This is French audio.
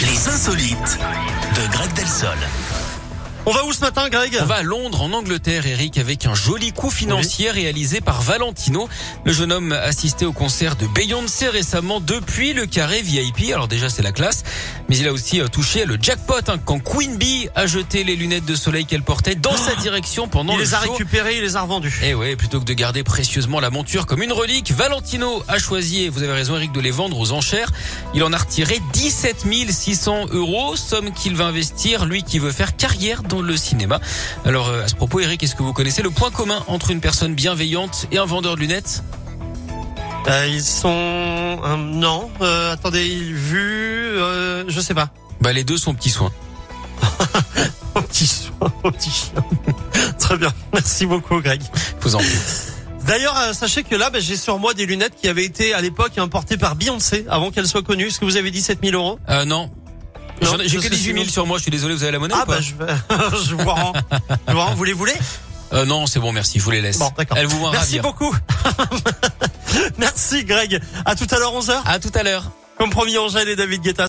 Les insolites de Greg Delsol. On va où ce matin, Greg On va à Londres, en Angleterre, Eric, avec un joli coup financier réalisé par Valentino. Le jeune homme assisté au concert de Beyoncé récemment depuis le carré VIP. Alors déjà, c'est la classe. Mais il a aussi euh, touché le jackpot hein, quand Queen Bee a jeté les lunettes de soleil qu'elle portait dans sa direction pendant Oh Il le les a show. récupérés, il les a revendus. Et Eh ouais, plutôt que de garder précieusement la monture comme une relique, Valentino a choisi, et vous avez raison Eric, de les vendre aux enchères. Il en a retiré 17 600 euros, somme qu'il va investir, lui qui veut faire carrière dans le cinéma. Alors euh, à ce propos Eric, est-ce que vous connaissez le point commun entre une personne bienveillante et un vendeur de lunettes Euh, ils sont... euh, non, euh, attendez, vu... Euh, je sais pas. Bah les deux sont petits soins. Au petit chien, au petit chien. Très bien, merci beaucoup, Greg. Vous en prie. D'ailleurs, euh, sachez que là, bah, j'ai sur moi des lunettes qui avaient été à l'époque importées par Beyoncé, avant qu'elle soit connue. Est-ce que vous avez 17 000 euros Euh, non. Non, J'en ai- J'ai parce que que 18 000 sinon- sur moi, je suis désolé, vous avez la monnaie Ah ou pas bah je, vais- je vous rends. Je vous rends. Vous les voulez Euh, Non, c'est bon, merci, je vous les laisse. Bon, d'accord. Elle vous voit Merci ravir. beaucoup. merci Greg. À tout à l'heure 11h. À tout à l'heure. Comme promis Angèle et David Guetta.